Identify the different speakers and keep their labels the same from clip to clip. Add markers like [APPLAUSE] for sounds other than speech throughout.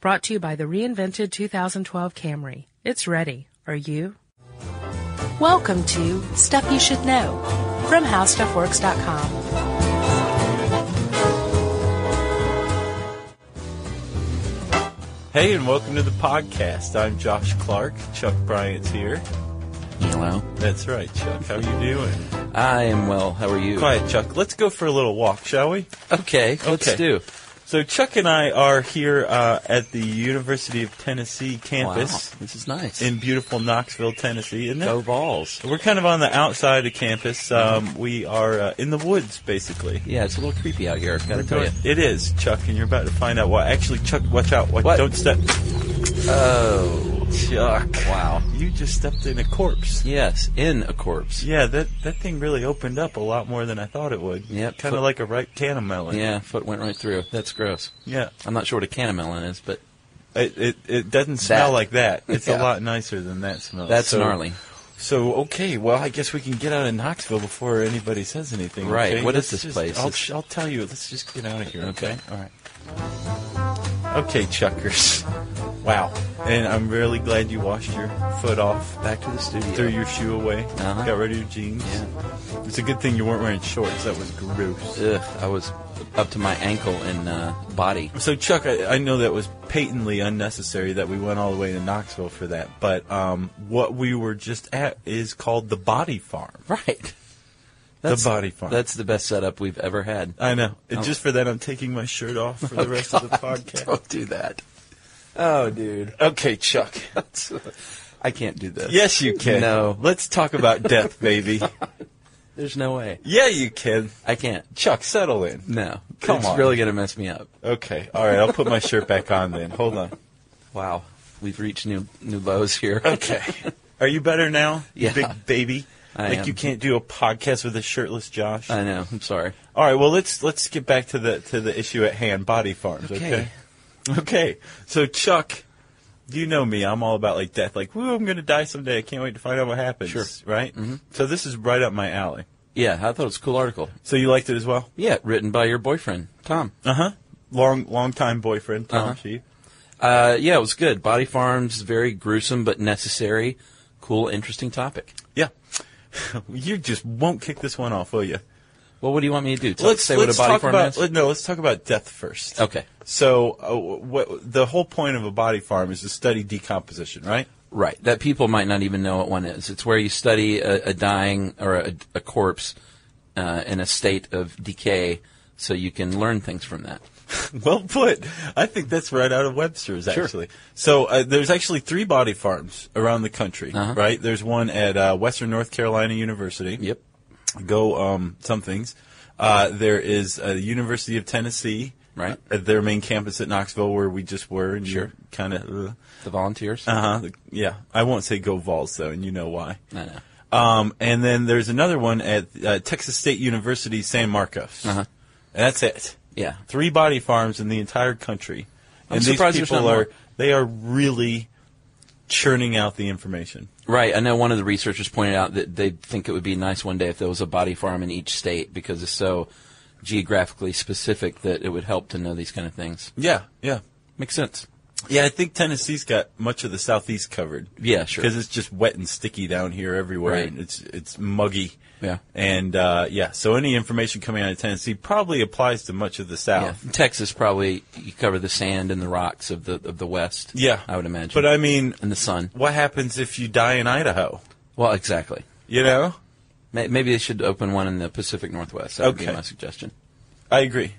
Speaker 1: Brought to you by the reinvented 2012 Camry. It's ready. Are you? Welcome to Stuff You Should Know from HowStuffWorks.com.
Speaker 2: Hey, and welcome to the podcast. I'm Josh Clark. Chuck Bryant's here.
Speaker 3: Hello.
Speaker 2: That's right, Chuck. How you doing?
Speaker 3: I am well. How are you?
Speaker 2: Quiet, Chuck. Let's go for a little walk, shall we?
Speaker 3: Okay, let's
Speaker 2: Okay.
Speaker 3: do.
Speaker 2: So, Chuck and I are here uh, at the University of Tennessee campus
Speaker 3: Wow, this is nice.
Speaker 2: in beautiful Knoxville, Tennessee. Isn't it?
Speaker 3: Go balls.
Speaker 2: We're kind of on the outside of campus. Um, we are uh, in the woods, basically.
Speaker 3: Yeah, it's a little creepy out here. Gotta tell you.
Speaker 2: It is, Chuck, and you're about to find out why. Actually, Chuck, watch out. Watch,
Speaker 3: What?
Speaker 2: Don't step.
Speaker 3: Oh,
Speaker 2: Chuck.
Speaker 3: wow.
Speaker 2: You just stepped in a corpse.
Speaker 3: Yes, in a corpse.
Speaker 2: Yeah, that that thing really opened up a lot more than I thought it would.
Speaker 3: Yep.
Speaker 2: Kind of like a ripe cantamelon.
Speaker 3: Yeah, foot went right through. That's gross.
Speaker 2: Yeah.
Speaker 3: I'm not sure what a cantamelon is, but
Speaker 2: It it, it doesn't smell
Speaker 3: That.
Speaker 2: like that. It's a
Speaker 3: Yeah.
Speaker 2: lot nicer than that smell.
Speaker 3: that's
Speaker 2: So-
Speaker 3: gnarly.
Speaker 2: So okay, well I guess we can get out of Knoxville before anybody says anything.
Speaker 3: Right.
Speaker 2: okay?
Speaker 3: What
Speaker 2: Let's
Speaker 3: is this
Speaker 2: just-
Speaker 3: place?
Speaker 2: I'll,
Speaker 3: It's-
Speaker 2: sh- I'll tell you. Let's just get out of here. Okay.
Speaker 3: Okay.
Speaker 2: All right. Okay, Chuckers. Wow. And I'm really glad you washed your foot off,
Speaker 3: Back to the studio.
Speaker 2: threw your shoe away,
Speaker 3: Uh-huh.
Speaker 2: got rid of your jeans. It's a good thing you weren't wearing shorts. That was gross.
Speaker 3: Ugh, I was up to my ankle in uh, body. [LAUGHS]
Speaker 2: So, Chuck, I, I know that was patently unnecessary that we went all the way to Knoxville for that, but um, what we were just at is called the Body Farm.
Speaker 3: Right.
Speaker 2: body farm.
Speaker 3: That's the best setup we've ever had.
Speaker 2: I know.
Speaker 3: Oh.
Speaker 2: And just for that, I'm taking my shirt off
Speaker 3: [LAUGHS]
Speaker 2: for the rest of the podcast.
Speaker 3: Don't do that. Oh, dude.
Speaker 2: Okay, Chuck.
Speaker 3: That's, [LAUGHS] I can't do this.
Speaker 2: Yes, you can.
Speaker 3: No.
Speaker 2: Let's talk about death,
Speaker 3: [LAUGHS]
Speaker 2: baby.
Speaker 3: There's no way.
Speaker 2: yeah, you can.
Speaker 3: I can't.
Speaker 2: Chuck, settle in.
Speaker 3: No.
Speaker 2: Come
Speaker 3: it's
Speaker 2: on.
Speaker 3: really going to mess me up.
Speaker 2: Okay. All right. I'll put my shirt back on then. Hold on.
Speaker 3: Wow. We've reached new new lows [LAUGHS] here.
Speaker 2: Okay. Are you better now? you
Speaker 3: Yeah.
Speaker 2: Big baby.
Speaker 3: I
Speaker 2: like
Speaker 3: am.
Speaker 2: you can't do a podcast with a shirtless Josh.
Speaker 3: I know. I'm sorry.
Speaker 2: All right, well let's let's get back to the to the issue at hand, body farms. Okay.
Speaker 3: Okay.
Speaker 2: Okay. So Chuck, you know me. I'm all about like death. Like, woo, I'm going to die someday. I can't wait to find out what happens.
Speaker 3: Sure. Mm-hmm.
Speaker 2: Right. So this is right up my alley.
Speaker 3: Yeah, I thought it was a cool article.
Speaker 2: So you liked it as well?
Speaker 3: Yeah, written by your boyfriend, Tom.
Speaker 2: Uh huh. Long long time boyfriend Tom
Speaker 3: Uh-huh.
Speaker 2: Sheep.
Speaker 3: Uh, yeah, it was good. Body farms, very gruesome but necessary. Cool, interesting topic.
Speaker 2: Yeah. [LAUGHS] you just won't kick this one off, will you?
Speaker 3: Well, what do you want me to do? Tell, say what a body
Speaker 2: talk
Speaker 3: farm
Speaker 2: about
Speaker 3: is.
Speaker 2: let- no. Let's talk about death first.
Speaker 3: okay,
Speaker 2: So uh, what the whole point of a body farm is to study decomposition, right?
Speaker 3: right. That people might not even know what one is. It's where you study a, a dying or a, a corpse uh, in a state of decay, so you can learn things from that.
Speaker 2: [LAUGHS] Well put. I think that's right out of Webster's,
Speaker 3: Sure.
Speaker 2: actually. So uh, there's actually three body farms around the country, right? There's one at uh, Western North Carolina University.
Speaker 3: Uh-huh. Yep.
Speaker 2: Go um, somethings. Uh, there is uh, the University of Tennessee. uh,
Speaker 3: Right.
Speaker 2: At their main campus at Knoxville, where we just were, and
Speaker 3: Sure.
Speaker 2: kind of, uh
Speaker 3: The volunteers.
Speaker 2: huh, yeah. I won't say go Vols though, and you know why.
Speaker 3: I know.
Speaker 2: Um, and then there's another one at uh, Texas State University, San Marcos.
Speaker 3: Uh-huh.
Speaker 2: And that's it
Speaker 3: Yeah.
Speaker 2: three body farms in the entire country.
Speaker 3: I'm
Speaker 2: and these
Speaker 3: surprised there's
Speaker 2: people
Speaker 3: not
Speaker 2: are
Speaker 3: more.
Speaker 2: they are really churning out the information.
Speaker 3: Right. I know one of the researchers pointed out that they think it would be nice one day if there was a body farm in each state because it's so geographically specific that it would help to know these kind of things.
Speaker 2: Yeah, yeah.
Speaker 3: Makes sense.
Speaker 2: Yeah, I think Tennessee's got much of the southeast covered.
Speaker 3: Yeah, sure.
Speaker 2: Because it's just wet and sticky down here everywhere.
Speaker 3: Right.
Speaker 2: And it's it's muggy.
Speaker 3: Yeah.
Speaker 2: And uh, yeah, so any information coming out of Tennessee probably applies to much of the
Speaker 3: Yeah.
Speaker 2: South.
Speaker 3: Texas probably you cover the sand and the rocks of the of the West.
Speaker 2: Yeah.
Speaker 3: I would imagine.
Speaker 2: But uh, I mean,
Speaker 3: and the sun.
Speaker 2: what happens if you die in Idaho?
Speaker 3: Well, exactly.
Speaker 2: You know?
Speaker 3: May- Maybe they should open one in the Pacific Northwest. That would
Speaker 2: Okay.
Speaker 3: be my suggestion.
Speaker 2: I agree.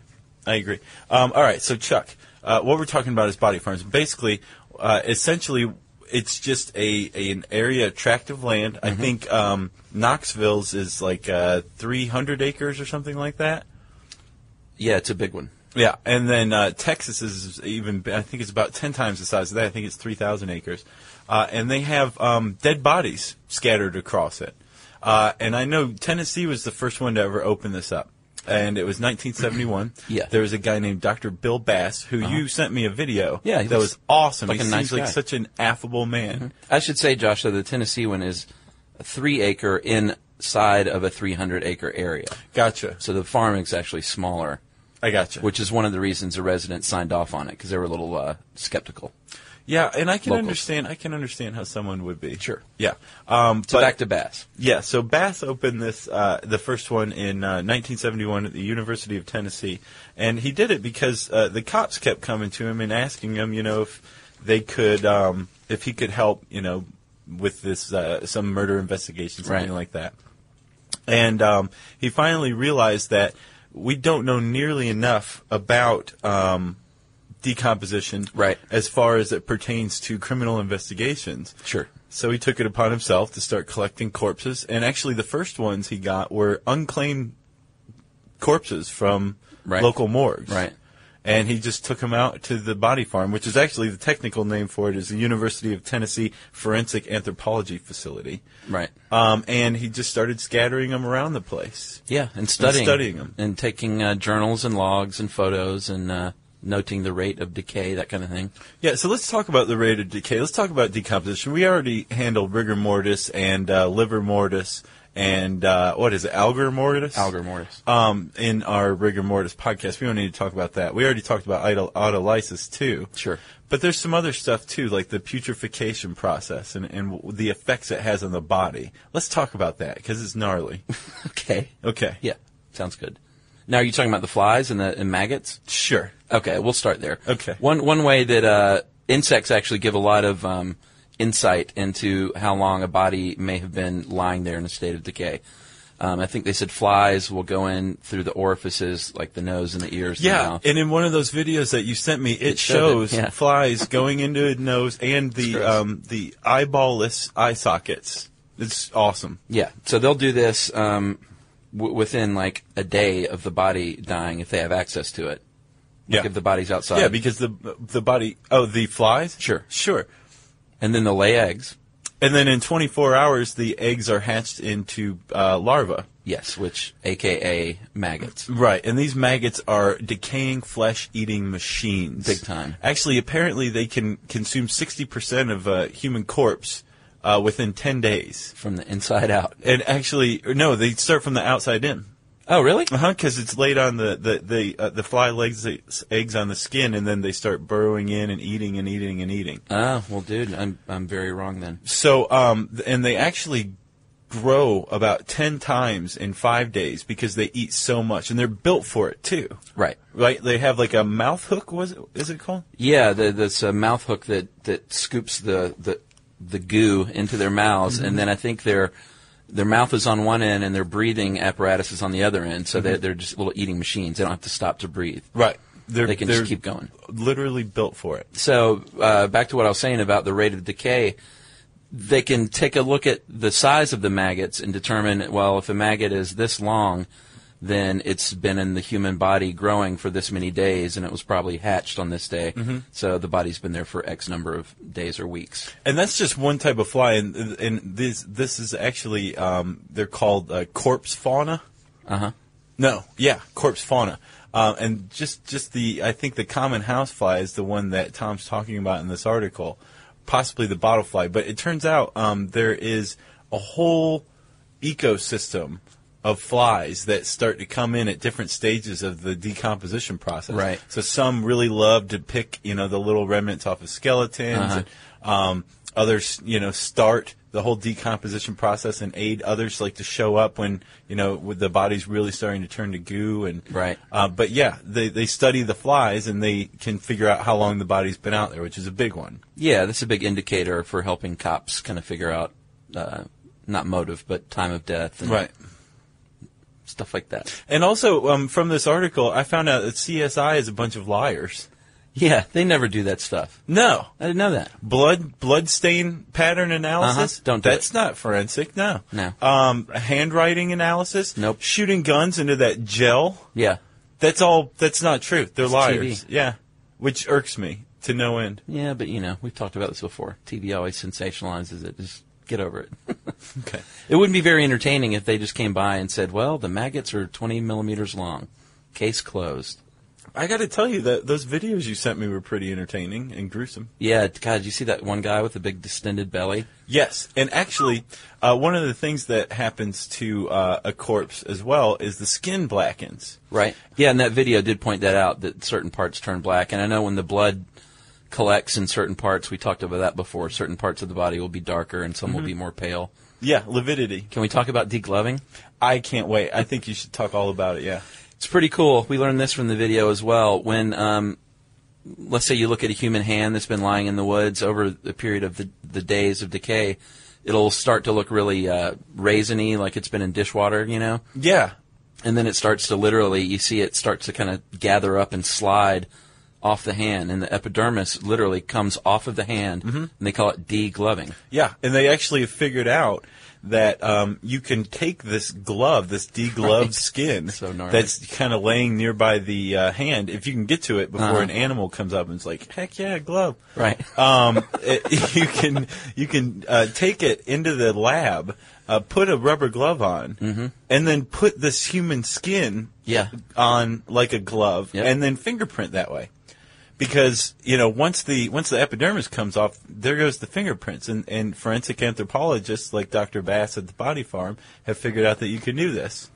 Speaker 2: I agree. Um, all right, so Chuck, uh, what we're talking about is body farms. Basically, uh, essentially, it's just a, a an area, attractive land. I think um, Knoxville's is like uh, 300 acres or something like that.
Speaker 3: Yeah, it's a big one.
Speaker 2: Yeah, and then uh, Texas is even. I think it's about ten times the size of that. I think it's three thousand acres, uh, and they have um, dead bodies scattered across it. Uh, and I know Tennessee was the first one to ever open this up, and it was 1971.
Speaker 3: [CLEARS THROAT] Yeah. Uh-huh.
Speaker 2: there was a guy named Dr. Bill Bass who you sent me a video.
Speaker 3: Yeah, he
Speaker 2: that
Speaker 3: looks
Speaker 2: was awesome.
Speaker 3: like
Speaker 2: he
Speaker 3: a
Speaker 2: seems
Speaker 3: nice
Speaker 2: like
Speaker 3: guy. Mm-hmm.
Speaker 2: such an affable man.
Speaker 3: I should say, Josh, though the Tennessee one is a three acre inside of a 300 acre area.
Speaker 2: Gotcha.
Speaker 3: So the farm is actually smaller.
Speaker 2: I gotcha.
Speaker 3: which is one of the reasons the residents signed off on it because they were a little uh, skeptical.
Speaker 2: yeah, and I can
Speaker 3: Locals.
Speaker 2: understand. I can understand how someone would be.
Speaker 3: Sure.
Speaker 2: Yeah. Um,
Speaker 3: So
Speaker 2: but-
Speaker 3: back to Bass.
Speaker 2: Yeah, so Bass opened this uh, the first one in uh, 1971 at the University of Tennessee, and he did it because uh, the cops kept coming to him and asking him, you know, if they could, um, if he could help, you know, with this uh, some murder investigation, something
Speaker 3: Right.
Speaker 2: like that. And um, he finally realized that we don't know nearly enough about um, decomposition,
Speaker 3: Right.
Speaker 2: as far as it pertains to criminal investigations.
Speaker 3: Sure.
Speaker 2: So he took it upon himself to start collecting corpses, and actually the first ones he got were unclaimed corpses from
Speaker 3: Right.
Speaker 2: local morgues.
Speaker 3: Right.
Speaker 2: And he just took them out to the body farm, which is actually the technical name for it is the University of Tennessee Forensic Anthropology Facility.
Speaker 3: Right.
Speaker 2: Um, and he just started scattering them around the place.
Speaker 3: Yeah, and studying,
Speaker 2: studying 'em.
Speaker 3: and taking uh, journals and logs and photos and uh, noting the rate of decay, that kind of thing.
Speaker 2: Yeah, so let's talk about the rate of decay. Let's talk about decomposition. We already handled rigor mortis and uh, liver mortis and uh, what is it, algor mortis?
Speaker 3: Algor mortis.
Speaker 2: Um, in our rigor mortis podcast, we don't need to talk about that. We already talked about idol- autolysis too.
Speaker 3: Sure.
Speaker 2: But there's some other stuff too, like the putrefaction process and, and w- the effects it has on the body. Let's talk about that because it's
Speaker 3: [LAUGHS]
Speaker 2: gnarly.
Speaker 3: Okay.
Speaker 2: Okay.
Speaker 3: Yeah, sounds good. Now, are you talking about the flies and the and maggots?
Speaker 2: Sure.
Speaker 3: Okay, we'll start there.
Speaker 2: Okay.
Speaker 3: One one way that uh, insects actually give a lot of um, insight into how long a body may have been lying there in a state of decay. Um, I think they said flies will go in through the orifices like the nose and the ears.
Speaker 2: Yeah,
Speaker 3: and the mouth.
Speaker 2: and in one of those videos that you sent me, it,
Speaker 3: showed it,
Speaker 2: shows
Speaker 3: yeah.
Speaker 2: flies going into a nose and the
Speaker 3: gross.
Speaker 2: um, the eyeballless eye sockets. It's awesome.
Speaker 3: Yeah. So they'll do this um, w- within like a day of the body dying if they have access to it. Like
Speaker 2: yeah,
Speaker 3: If the body's outside.
Speaker 2: yeah, because the the body. Oh, the flies.
Speaker 3: Sure.
Speaker 2: sure.
Speaker 3: and then they'll lay eggs.
Speaker 2: And then in 24 hours, the eggs are hatched into uh, larvae.
Speaker 3: Yes, which AKA maggots.
Speaker 2: Right, and these maggots are decaying flesh-eating machines.
Speaker 3: Big time.
Speaker 2: Actually, apparently they can consume 60% of a human corpse uh, within 10 days.
Speaker 3: From the inside out.
Speaker 2: And actually, or no, they start from the outside in.
Speaker 3: Oh, really?
Speaker 2: Uh huh. Because it's laid on the the the, uh, the fly legs the s- eggs on the skin, and then they start burrowing in and eating and eating and eating.
Speaker 3: Ah, well, dude, I'm I'm very wrong then.
Speaker 2: So um, th- and they actually grow about ten times in five days because they eat so much, and they're built for it too.
Speaker 3: Right.
Speaker 2: Right? They have like a mouth hook. Was it, is it called?
Speaker 3: Yeah, the, this uh, mouth hook that that scoops the the the goo into their mouths, and then I think their their mouth is on one end and their breathing apparatus is on the other end, so they're, they're just little eating machines. They don't have to stop to breathe.
Speaker 2: Right. They're,
Speaker 3: They can
Speaker 2: they're
Speaker 3: just keep going.
Speaker 2: Literally built for it.
Speaker 3: So uh, back to what I was saying about the rate of decay, they can take a look at the size of the maggots and determine, well, if a maggot is this long, then it's been in the human body growing for this many days, and it was probably hatched on this day. So the body's been there for X number of days or weeks.
Speaker 2: And that's just one type of fly, and and this this is actually um, they're called uh, corpse fauna.
Speaker 3: Uh huh.
Speaker 2: No, yeah, corpse fauna. Um, and just, just the, I think the common housefly is the one that Tom's talking about in this article, possibly the bottlefly. But it turns out um, there is a whole ecosystem of flies that start to come in at different stages of the decomposition process.
Speaker 3: Right.
Speaker 2: So some really love to pick, you know, the little remnants off of skeletons.
Speaker 3: Uh-huh.
Speaker 2: And, um, others, you know, start the whole decomposition process and aid others like to show up when, you know, with the body's really starting to turn to goo and
Speaker 3: Right.
Speaker 2: Uh, but yeah, they, they study the flies and they can figure out how long the body's been out there, which is a big one.
Speaker 3: Yeah, that's a big indicator for helping cops kind of figure out uh, not motive, but time of death and stuff like that.
Speaker 2: And also, um, from this article, I found out that CSI is a bunch of liars.
Speaker 3: Yeah, they never do that stuff.
Speaker 2: No.
Speaker 3: I didn't know that.
Speaker 2: blood blood stain pattern analysis.
Speaker 3: Uh-huh. Don't do
Speaker 2: That's
Speaker 3: it.
Speaker 2: not forensic. No.
Speaker 3: No.
Speaker 2: Um, handwriting analysis.
Speaker 3: Nope.
Speaker 2: Shooting guns into that gel.
Speaker 3: Yeah.
Speaker 2: That's all. That's not true. They're liars.
Speaker 3: TV.
Speaker 2: Yeah. Which irks me to no end.
Speaker 3: Yeah, but you know, we've talked about this before. TV always sensationalizes it. Just get over it. [LAUGHS]
Speaker 2: Okay.
Speaker 3: it wouldn't be very entertaining if they just came by and said, "Well, the maggots are 20 millimeters long. Case closed."
Speaker 2: I got to tell you that those videos you sent me were pretty entertaining and gruesome.
Speaker 3: Yeah, God, you see that one guy with the big distended belly?
Speaker 2: Yes, and actually, uh, one of the things that happens to uh, a corpse as well is the skin blackens.
Speaker 3: Right. Yeah, and that video did point that out that certain parts turn black. And I know when the blood collects in certain parts, we talked about that before. Certain parts of the body will be darker and some will be more pale.
Speaker 2: Yeah, lividity.
Speaker 3: Can we talk about degloving?
Speaker 2: I can't wait. I think you should talk all about it. Yeah.
Speaker 3: It's pretty cool. We learned this from the video as well. When, um, let's say you look at a human hand that's been lying in the woods over the period of the, the days of decay, it'll start to look really uh, raisiny, like it's been in dishwater, you know?
Speaker 2: Yeah.
Speaker 3: and then it starts to literally you see it starts to kind of gather up and slide off the hand and the epidermis literally comes off of the hand and they call it degloving
Speaker 2: Yeah, and they actually have figured out that um, you can take this glove, this degloved
Speaker 3: Right.
Speaker 2: skin
Speaker 3: So gnarly.
Speaker 2: that's kind of laying nearby the uh, hand, if you can get to it before
Speaker 3: Uh-huh.
Speaker 2: an animal comes up and is like, "Heck yeah, glove!"
Speaker 3: right
Speaker 2: Um, [LAUGHS] it, you can you can uh, take it into the lab, uh, put a rubber glove on, and then put this human skin
Speaker 3: Mm-hmm. Yeah.
Speaker 2: on like a glove,
Speaker 3: Yep.
Speaker 2: and then fingerprint that way. Because you know, once the once the epidermis comes off, there goes the fingerprints, and, and forensic anthropologists like Dr. Bass at the Body Farm have figured out that you can do this.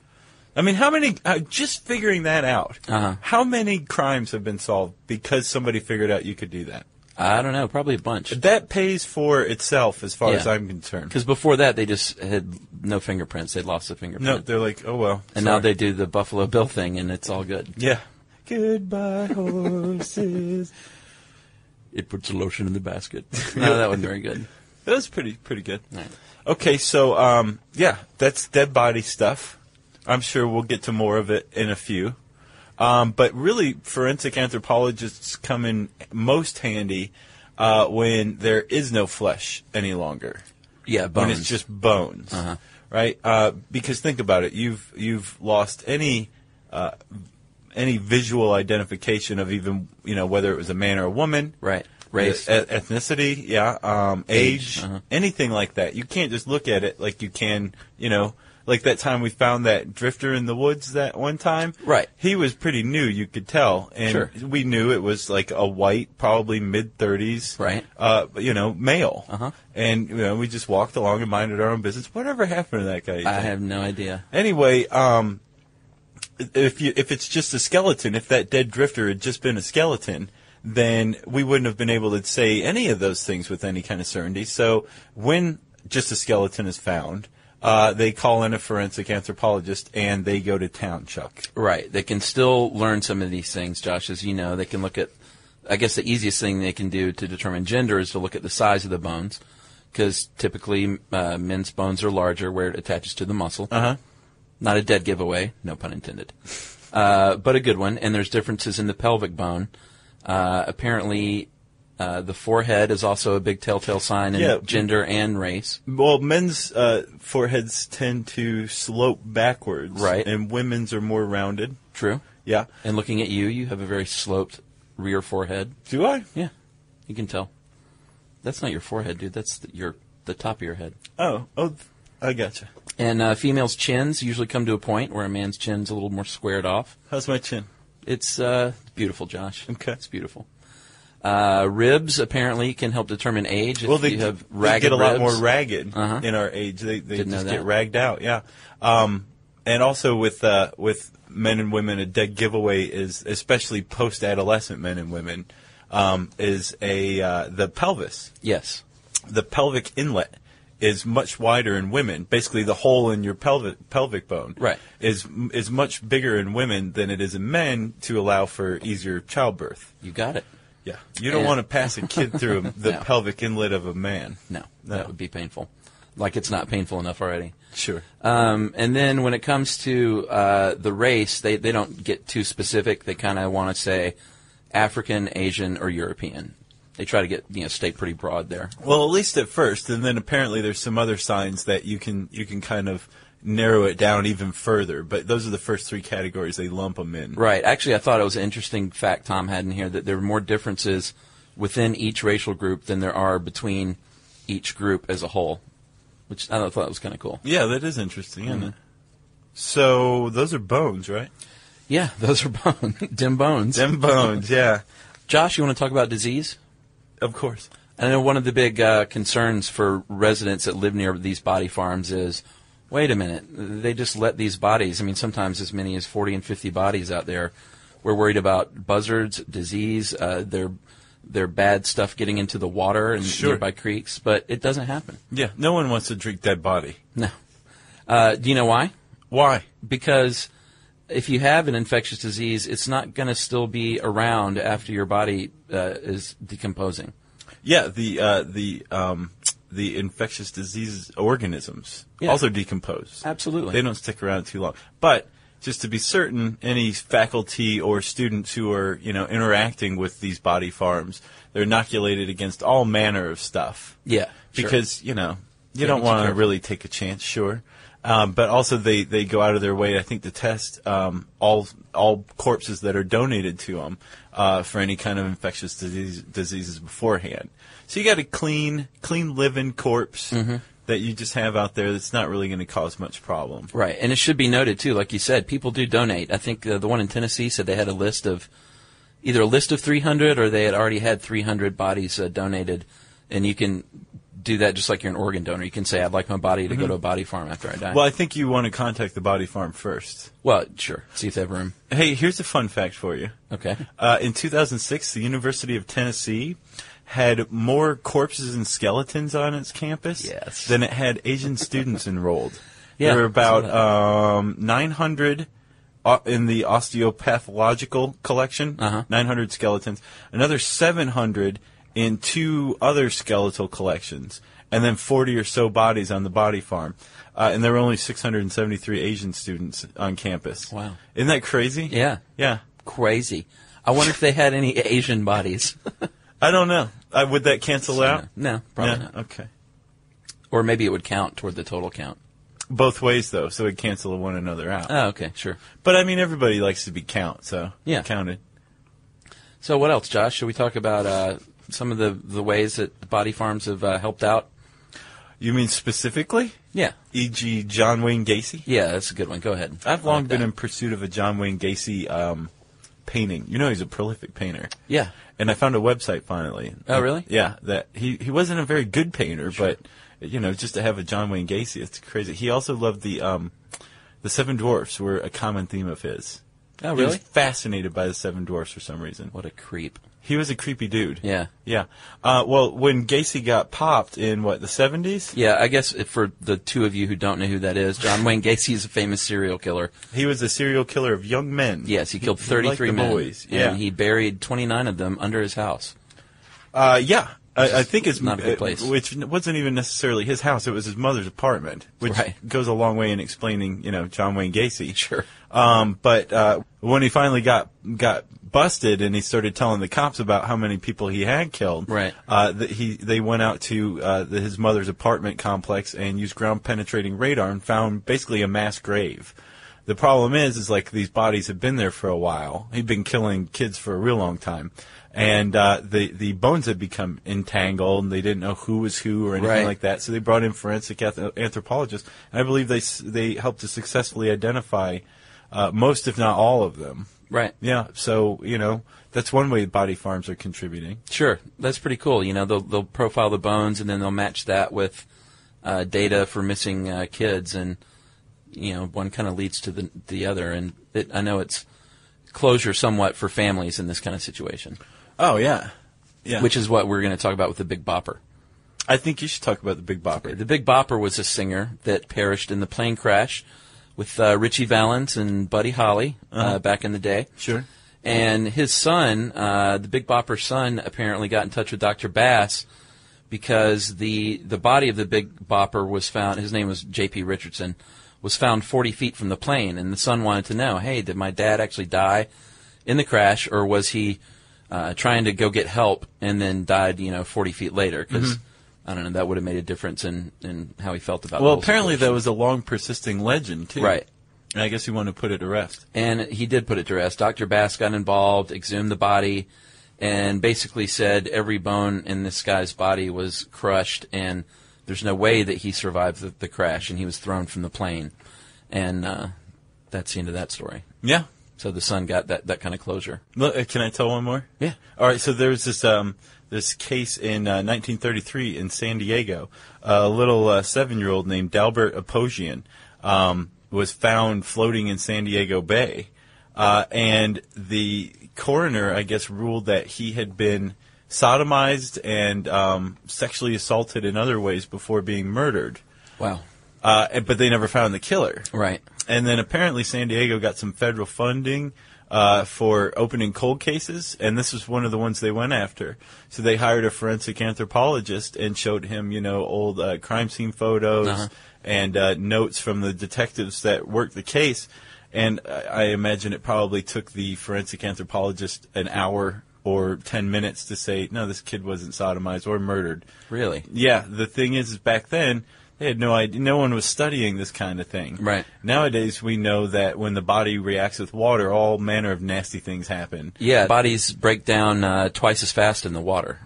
Speaker 2: I mean, how many? Uh, just figuring that out.
Speaker 3: Uh-huh.
Speaker 2: How many crimes have been solved because somebody figured out you could do that?
Speaker 3: i don't know probably a bunch
Speaker 2: That pays for itself as far
Speaker 3: Yeah.
Speaker 2: as I'm concerned.
Speaker 3: because before that they just had no fingerprints they lost the fingerprint
Speaker 2: No, they're like, oh well.
Speaker 3: and now they do the buffalo bill thing and it's all good
Speaker 2: yeah. Goodbye [LAUGHS] horses.
Speaker 3: it puts the lotion in
Speaker 2: [LAUGHS]
Speaker 3: the basket no that wasn't very good
Speaker 2: that was pretty pretty good.
Speaker 3: Right.
Speaker 2: Okay, so um, yeah, that's dead body stuff. I'm sure we'll get to more of it in a few. Um, but really, forensic anthropologists come in most handy uh, when there is no flesh any longer.
Speaker 3: yeah bones.
Speaker 2: when it's just bones,
Speaker 3: Uh-huh.
Speaker 2: right? Uh, because think about it, you've you've lost any uh, any visual identification of even you know whether it was a man or a woman,
Speaker 3: right race
Speaker 2: e- ethnicity, yeah, um, age,
Speaker 3: uh-huh.
Speaker 2: anything like that. You can't just look at it like you can, you know. Like that time we found that drifter in the woods that one time.
Speaker 3: Right.
Speaker 2: He was pretty new, you could tell. And
Speaker 3: Sure.
Speaker 2: we knew it was like a white, probably mid 30s
Speaker 3: Right.
Speaker 2: uh, you know, male.
Speaker 3: Uh-huh.
Speaker 2: And you know, we just walked along and minded our own business. Whatever happened to that guy? you
Speaker 3: i
Speaker 2: think?
Speaker 3: have no idea
Speaker 2: Anyway, um, if you if it's just a skeleton, if that dead drifter had just been a skeleton, then we wouldn't have been able to say any of those things with any kind of certainty. So when just a skeleton is found. Uh, they call in a forensic anthropologist and they go to town, Chuck.
Speaker 3: Right. They can still learn some of these things, Josh, as you know. They can look at, I guess the easiest thing they can do to determine gender is to look at the size of the bones, because typically uh, men's bones are larger where it attaches to the muscle.
Speaker 2: Uh-huh.
Speaker 3: Not a dead giveaway, no pun intended, uh, but a good one. And there's differences in the pelvic bone. Uh, apparently, uh, the forehead is also a big telltale sign in
Speaker 2: Yeah.
Speaker 3: gender and race.
Speaker 2: Well, men's uh, foreheads tend to slope backwards,
Speaker 3: Right.
Speaker 2: And women's are more rounded.
Speaker 3: True.
Speaker 2: Yeah.
Speaker 3: And looking at you, you have a very sloped rear forehead.
Speaker 2: Do I?
Speaker 3: Yeah, you can tell. That's not your forehead, dude. That's the, your the top of your head.
Speaker 2: Oh, oh, th- I gotcha.
Speaker 3: And uh, females' chins usually come to a point where a man's chin's a little more squared off.
Speaker 2: How's my chin?
Speaker 3: It's uh, beautiful, Josh.
Speaker 2: Okay.
Speaker 3: it's beautiful. Uh, ribs apparently can help determine age. If
Speaker 2: Well, they,
Speaker 3: you have
Speaker 2: they
Speaker 3: ragged
Speaker 2: get a lot
Speaker 3: ribs.
Speaker 2: more ragged
Speaker 3: Uh-huh.
Speaker 2: in our age. They they
Speaker 3: Didn't
Speaker 2: just
Speaker 3: know
Speaker 2: get
Speaker 3: that.
Speaker 2: ragged out. Yeah. Um, and also with uh, with men and women, a dead giveaway is especially post adolescent men and women um, is a uh, the pelvis.
Speaker 3: Yes,
Speaker 2: the pelvic inlet is much wider in women. Basically, the hole in your pelvic pelvic bone
Speaker 3: Right.
Speaker 2: is is much bigger in women than it is in men to allow for easier childbirth.
Speaker 3: you got it.
Speaker 2: Yeah, you don't
Speaker 3: Yeah.
Speaker 2: want to pass a kid through
Speaker 3: [LAUGHS]
Speaker 2: the
Speaker 3: No.
Speaker 2: pelvic inlet of a man.
Speaker 3: No,
Speaker 2: No.
Speaker 3: that would be painful. Like it's not painful enough already.
Speaker 2: Sure.
Speaker 3: Um, and then when it comes to uh, the race, they, they don't get too specific. They kind of want to say African, Asian, or European. They try to get you know stay pretty broad there.
Speaker 2: Well, at least at first, and then apparently there's some other signs that you can you can kind of narrow it down even further. But those are the first three categories they lump them in.
Speaker 3: Right. Actually, I thought it was an interesting fact Tom had in here that there are more differences within each racial group than there are between each group as a whole, which I thought was kind of cool.
Speaker 2: Mm-hmm. Yeah, that is interesting, isn't it? So those are bones, right?
Speaker 3: Yeah, those are [LAUGHS] bone, dim
Speaker 2: [LAUGHS]
Speaker 3: bones.
Speaker 2: Them bones, yeah.
Speaker 3: Josh, you want to talk about disease?
Speaker 2: Of course.
Speaker 3: I know one of the big uh, concerns for residents that live near these body farms is, wait a minute, they just let these bodies. I mean, sometimes as many as 40 and 50 bodies out there. We're worried about buzzards, disease, uh, their their bad stuff getting into the water and
Speaker 2: Sure.
Speaker 3: nearby creeks, but it doesn't happen.
Speaker 2: Yeah, no one wants to drink dead body.
Speaker 3: No. Uh, do you know why?
Speaker 2: Why?
Speaker 3: because if you have an infectious disease, it's not going to still be around after your body uh, is decomposing.
Speaker 2: Yeah, the uh, the um, the infectious disease organisms
Speaker 3: Yeah.
Speaker 2: also decompose.
Speaker 3: Absolutely.
Speaker 2: they don't stick around too long. But just to be certain, any faculty or students who are you know interacting with these body farms, they're inoculated against all manner of stuff.
Speaker 3: Yeah, sure.
Speaker 2: because you know you
Speaker 3: Yeah,
Speaker 2: don't
Speaker 3: be too
Speaker 2: want to
Speaker 3: careful.
Speaker 2: really take a chance, sure. Um, but also they, they go out of their way, I think, to test um, all all corpses that are donated to them uh, for any kind of infectious disease, diseases beforehand. So you got a clean clean living corpse
Speaker 3: Mm-hmm.
Speaker 2: that you just have out there that's not really going to cause much problem.
Speaker 3: Right, and it should be noted too, like you said, people do donate. I think uh, the one in Tennessee said they had a list of either a list of 300 or they had already had 300 bodies uh, donated, and you can do that just like you're an organ donor. You can say, "I'd like my body to go to a body farm after I die."
Speaker 2: Mm-hmm. Well, I think you want to contact the body farm first.
Speaker 3: well, sure. See if they have room.
Speaker 2: Hey, here's a fun fact for you.
Speaker 3: Okay.
Speaker 2: Uh, in 2006, the University of Tennessee had more corpses and skeletons on its campus
Speaker 3: Yes.
Speaker 2: than it had Asian students enrolled.
Speaker 3: [LAUGHS] Yeah,
Speaker 2: there were
Speaker 3: I saw
Speaker 2: about
Speaker 3: that.
Speaker 2: um, 900 o- in the osteopathological collection,
Speaker 3: Uh-huh.
Speaker 2: 900 skeletons, another 700 in two other skeletal collections, and then 40 or so bodies on the body farm. Uh, and there were only 673 Asian students on campus.
Speaker 3: Wow.
Speaker 2: Isn't that crazy?
Speaker 3: Yeah.
Speaker 2: Yeah.
Speaker 3: Crazy. I wonder if they had any
Speaker 2: [LAUGHS]
Speaker 3: Asian bodies.
Speaker 2: I don't know. I, would that cancel out?
Speaker 3: no, probably
Speaker 2: Yeah,
Speaker 3: not.
Speaker 2: Okay.
Speaker 3: Or maybe it would count toward the total count.
Speaker 2: Both ways though, so it cancel one another out.
Speaker 3: Oh, okay, sure.
Speaker 2: but I mean, everybody likes to be count, so
Speaker 3: Yeah.
Speaker 2: counted.
Speaker 3: So what else, Josh? Should we talk about uh, some of the, the ways that body farms have uh, helped out?
Speaker 2: You mean specifically,
Speaker 3: Yeah.
Speaker 2: e.g., John Wayne Gacy?
Speaker 3: Yeah, that's a good one. Go ahead.
Speaker 2: I've
Speaker 3: I
Speaker 2: long
Speaker 3: like
Speaker 2: been
Speaker 3: that.
Speaker 2: in pursuit of a John Wayne Gacy um, painting. You know, he's a prolific painter.
Speaker 3: Yeah.
Speaker 2: And I found a website finally.
Speaker 3: Oh, really?
Speaker 2: Yeah. That he he wasn't a very good painter, but you know, just to have a John Wayne Gacy, it's crazy. He also loved the um, the Seven Dwarfs were a common theme of his.
Speaker 3: Oh,
Speaker 2: He
Speaker 3: really?
Speaker 2: was fascinated by the Seven Dwarfs for some reason.
Speaker 3: What a creep.
Speaker 2: He was a creepy dude.
Speaker 3: Yeah.
Speaker 2: Yeah. Uh, well, when Gacy got popped in what the seventies,
Speaker 3: Yeah, I guess if for the two of you who don't know who that is, John Wayne Gacy is a famous serial killer.
Speaker 2: he was a serial killer of young men.
Speaker 3: Yes, he killed
Speaker 2: liked
Speaker 3: 33
Speaker 2: the
Speaker 3: men.
Speaker 2: boys. Yeah.
Speaker 3: And he buried 29 of them under his house.
Speaker 2: uh, yeah. I, I think it's
Speaker 3: Not a good
Speaker 2: uh,
Speaker 3: place.
Speaker 2: which n- wasn't even necessarily his house. It was his mother's apartment, which
Speaker 3: Right.
Speaker 2: goes a long way in explaining, you know, John Wayne Gacy.
Speaker 3: Sure.
Speaker 2: Um, but uh, when he finally got got busted and he started telling the cops about how many people he had killed,
Speaker 3: Right.
Speaker 2: Uh, that he they went out to uh, the, his mother's apartment complex and used ground penetrating radar and found basically a mass grave. The problem is, is like these bodies have been there for a while. He'd been killing kids for a real long time, and uh, the the bones had become entangled, and they didn't know who was who or anything
Speaker 3: Right.
Speaker 2: like that. So they brought in forensic eth- anthropologists, and I believe they s- they helped to successfully identify uh, most, if not all, of them.
Speaker 3: Right.
Speaker 2: Yeah. So you know that's one way body farms are contributing.
Speaker 3: Sure, that's pretty cool. You know, they'll they'll profile the bones and then they'll match that with uh, data for missing uh, kids, and you know, one kind of leads to the the other. And it, I know it's closure somewhat for families in this kind of situation,
Speaker 2: Oh yeah, yeah.
Speaker 3: which is what we're going to talk about with the Big Bopper.
Speaker 2: I think you should talk about the Big Bopper.
Speaker 3: The Big Bopper was a singer that perished in the plane crash with uh, Richie Valens and Buddy Holly uh, back in the day.
Speaker 2: Sure.
Speaker 3: And his son, uh, the Big Bopper's son, apparently got in touch with Dr. Bass because the, the body of the Big Bopper was found, his name was J.P. Richardson, was found 40 feet from the plane. And the son wanted to know, hey, did my dad actually die in the crash or was he uh, trying to go get help and then died, you know, 40 feet later? Because,
Speaker 2: Mm-hmm.
Speaker 3: I don't know, that would have made a difference in, in how he felt about
Speaker 2: Well,
Speaker 3: the whole
Speaker 2: apparently
Speaker 3: situation.
Speaker 2: that was a long persisting legend too.
Speaker 3: Right.
Speaker 2: And I guess you want to put it to rest.
Speaker 3: And he did put it to rest. Dr. Bass got involved, exhumed the body, and basically said every bone in this guy's body was crushed, and there's no way that he survived the, the crash, and he was thrown from the plane. And uh, that's the end of that story.
Speaker 2: Yeah.
Speaker 3: So the son got that, that kind of closure.
Speaker 2: Look, uh, Can I tell one more?
Speaker 3: Yeah.
Speaker 2: All right. So there was this um, this case in uh, 1933 in San Diego. A little uh, seven year old named Dalbert Aposian um, was found floating in San Diego Bay, uh, and the coroner, I guess, ruled that he had been sodomized and um, sexually assaulted in other ways before being murdered.
Speaker 3: Wow.
Speaker 2: Uh, and- but they never found the killer.
Speaker 3: Right.
Speaker 2: And then apparently San Diego got some federal funding uh, for opening cold cases, and this was one of the ones they went after. So they hired a forensic anthropologist and showed him, you know, old uh, crime scene photos
Speaker 3: Uh-huh.
Speaker 2: and uh, notes from the detectives that worked the case. And I I imagine it probably took the forensic anthropologist an hour or 10 minutes to say, no, this kid wasn't sodomized or murdered.
Speaker 3: Really?
Speaker 2: Yeah, the thing is, is back then they had no idea. No one was studying this kind of thing.
Speaker 3: Right.
Speaker 2: Nowadays, we know that when the body reacts with water, all manner of nasty things happen.
Speaker 3: Yeah. Bodies break down uh, twice as fast in the water.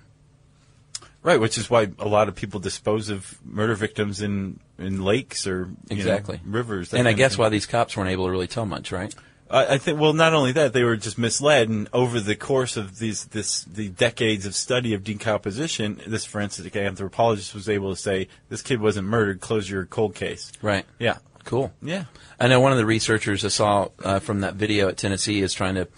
Speaker 2: Right, which is why a lot of people dispose of murder victims in in lakes or you know,
Speaker 3: Exactly.
Speaker 2: rivers. that
Speaker 3: and I
Speaker 2: kind of
Speaker 3: guess
Speaker 2: thing.
Speaker 3: why these cops weren't able to really tell much, right?
Speaker 2: I, I think. Well, not only that, they were just misled, and over the course of these this the decades of study of decomposition, this forensic anthropologist was able to say this kid wasn't murdered. Close your cold case.
Speaker 3: Right.
Speaker 2: Yeah.
Speaker 3: Cool.
Speaker 2: Yeah.
Speaker 3: I know one of the researchers I saw uh, from that video at Tennessee is trying to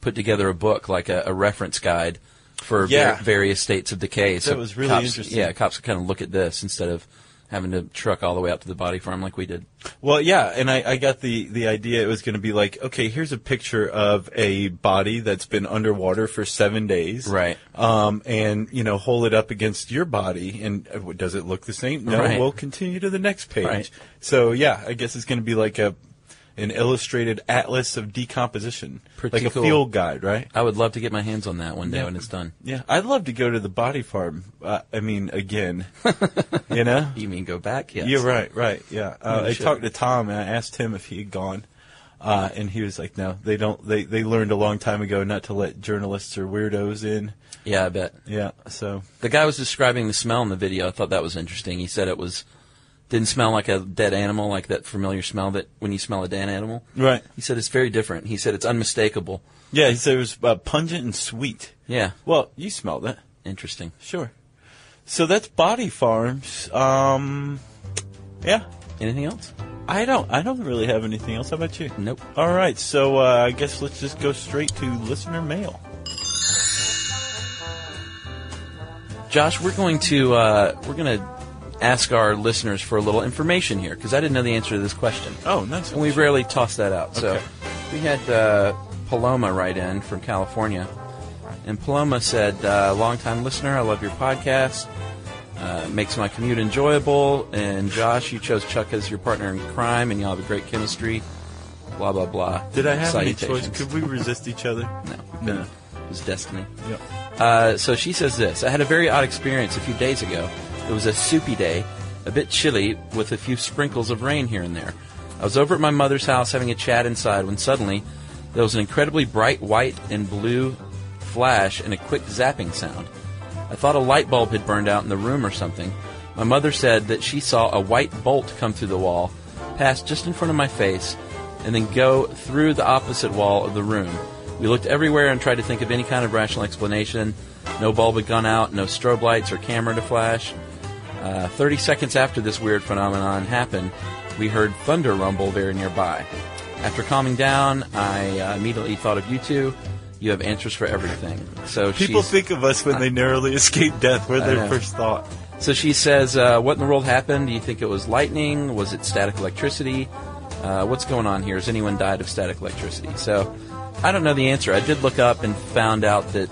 Speaker 3: put together a book, like a, a reference guide for var-
Speaker 2: Yeah.
Speaker 3: various states of decay. That
Speaker 2: was really
Speaker 3: cops,
Speaker 2: interesting.
Speaker 3: Yeah, cops kind of look at this instead of having to truck all the way out to the body farm like we did.
Speaker 2: Well, yeah, and I, I got the, the idea it was going to be like, okay, here's a picture of a body that's been underwater for seven days.
Speaker 3: Right.
Speaker 2: Um, and, you know, hold it up against your body, and uh, what- does it look the same? No,
Speaker 3: Right.
Speaker 2: we'll continue to the next page.
Speaker 3: Right.
Speaker 2: So, yeah, I guess it's going to be like a an illustrated atlas of decomposition.
Speaker 3: Pretty
Speaker 2: like a
Speaker 3: cool.
Speaker 2: field guide, right?
Speaker 3: I would love to get my hands on that one day
Speaker 2: Yeah.
Speaker 3: when it's done.
Speaker 2: Yeah, I'd love to go to the body farm. Uh, I mean, again, [LAUGHS] you know?
Speaker 3: You mean go back? Yes.
Speaker 2: You're right, right, yeah. Uh,
Speaker 3: Maybe
Speaker 2: I
Speaker 3: should.
Speaker 2: talked to Tom and I asked him if he had gone, uh, and he was like, "No, they don't. They they learned a long time ago not to let journalists or weirdos in."
Speaker 3: Yeah, I bet.
Speaker 2: Yeah, so
Speaker 3: The guy was describing the smell in the video. I thought that was interesting. He said it was didn't smell like a dead animal, like that familiar smell that when you smell a dead animal.
Speaker 2: right,
Speaker 3: He said it's very different. He said it's unmistakable.
Speaker 2: yeah. He said it was uh, pungent and sweet.
Speaker 3: Yeah,
Speaker 2: Well, you smelled it,
Speaker 3: interesting.
Speaker 2: sure. So that's Body Farms. Um, yeah.
Speaker 3: Anything else?
Speaker 2: I don't. I don't really have anything else. How about you?
Speaker 3: Nope.
Speaker 2: All right. So uh, I guess let's just go straight to listener mail.
Speaker 3: Josh, we're going to uh, we're going to ask our listeners for a little information here because I didn't know the answer to this question,
Speaker 2: Oh, nice.
Speaker 3: and we rarely toss that out. So
Speaker 2: Okay.
Speaker 3: we had uh, Paloma write in from California, and Paloma said, uh, "Longtime listener, I love your podcast. Uh, makes my commute enjoyable. And Josh, you chose Chuck as your partner in crime, and y'all have a great chemistry. Blah blah blah.
Speaker 2: Did I have any
Speaker 3: Salutations.
Speaker 2: choice? Could we resist each other?
Speaker 3: no,
Speaker 2: No.
Speaker 3: it was destiny."
Speaker 2: Yeah.
Speaker 3: Uh, so she says this I had a very odd experience a few days ago. It was a soupy day, a bit chilly, with a few sprinkles of rain here and there. I was over at my mother's house having a chat inside when suddenly there was an incredibly bright white and blue flash and a quick zapping sound. I thought a light bulb had burned out in the room or something. My mother said that she saw a white bolt come through the wall, pass just in front of my face, and then go through the opposite wall of the room. We looked everywhere and tried to think of any kind of rational explanation. No bulb had gone out, no strobe lights or camera to flash. Uh, 30 seconds after this weird phenomenon happened, we heard thunder rumble very nearby. After calming down, I uh, immediately thought of you two. You have answers for everything. So
Speaker 2: People
Speaker 3: she's-
Speaker 2: think of us when they narrowly escape death. We're
Speaker 3: I
Speaker 2: their
Speaker 3: know.
Speaker 2: first thought.
Speaker 3: So she says, uh, "What in the world happened? Do you think it was lightning? Was it static electricity? Uh, what's going on here? Has anyone died of static electricity?" So I don't know the answer. I did look up and found out that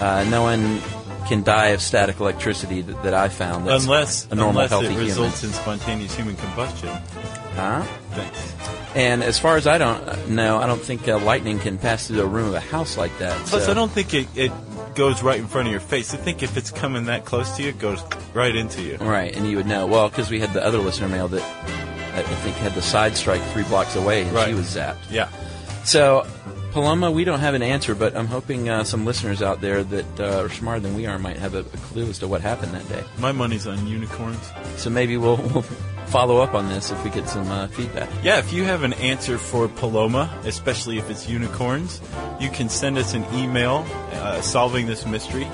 Speaker 3: uh, no one can die of static electricity that, that I found. That's
Speaker 2: Unless,
Speaker 3: a normal
Speaker 2: unless
Speaker 3: healthy
Speaker 2: it results
Speaker 3: human.
Speaker 2: in spontaneous human combustion.
Speaker 3: Huh?
Speaker 2: Thanks.
Speaker 3: And as far as I don't know, I don't think uh, lightning can pass through a room of a house like that.
Speaker 2: Plus,
Speaker 3: so-
Speaker 2: I don't think it, it goes right in front of your face. I think if it's coming that close to you, it goes right into you.
Speaker 3: Right, and you would know. Well, because we had the other listener mail that I I think had the side strike three blocks away, and she
Speaker 2: Right.
Speaker 3: was zapped.
Speaker 2: Yeah.
Speaker 3: So, Paloma, we don't have an answer, but I'm hoping uh, some listeners out there that uh, are smarter than we are might have a, a clue as to what happened that day.
Speaker 2: My money's on unicorns.
Speaker 3: So maybe we'll, [LAUGHS] we'll follow up on this if we get some uh, feedback.
Speaker 2: Yeah, if you have an answer for Paloma, especially if it's unicorns, you can send us an email uh, solving this mystery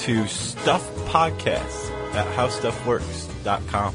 Speaker 2: to stuffpodcast at howstuffworks.com.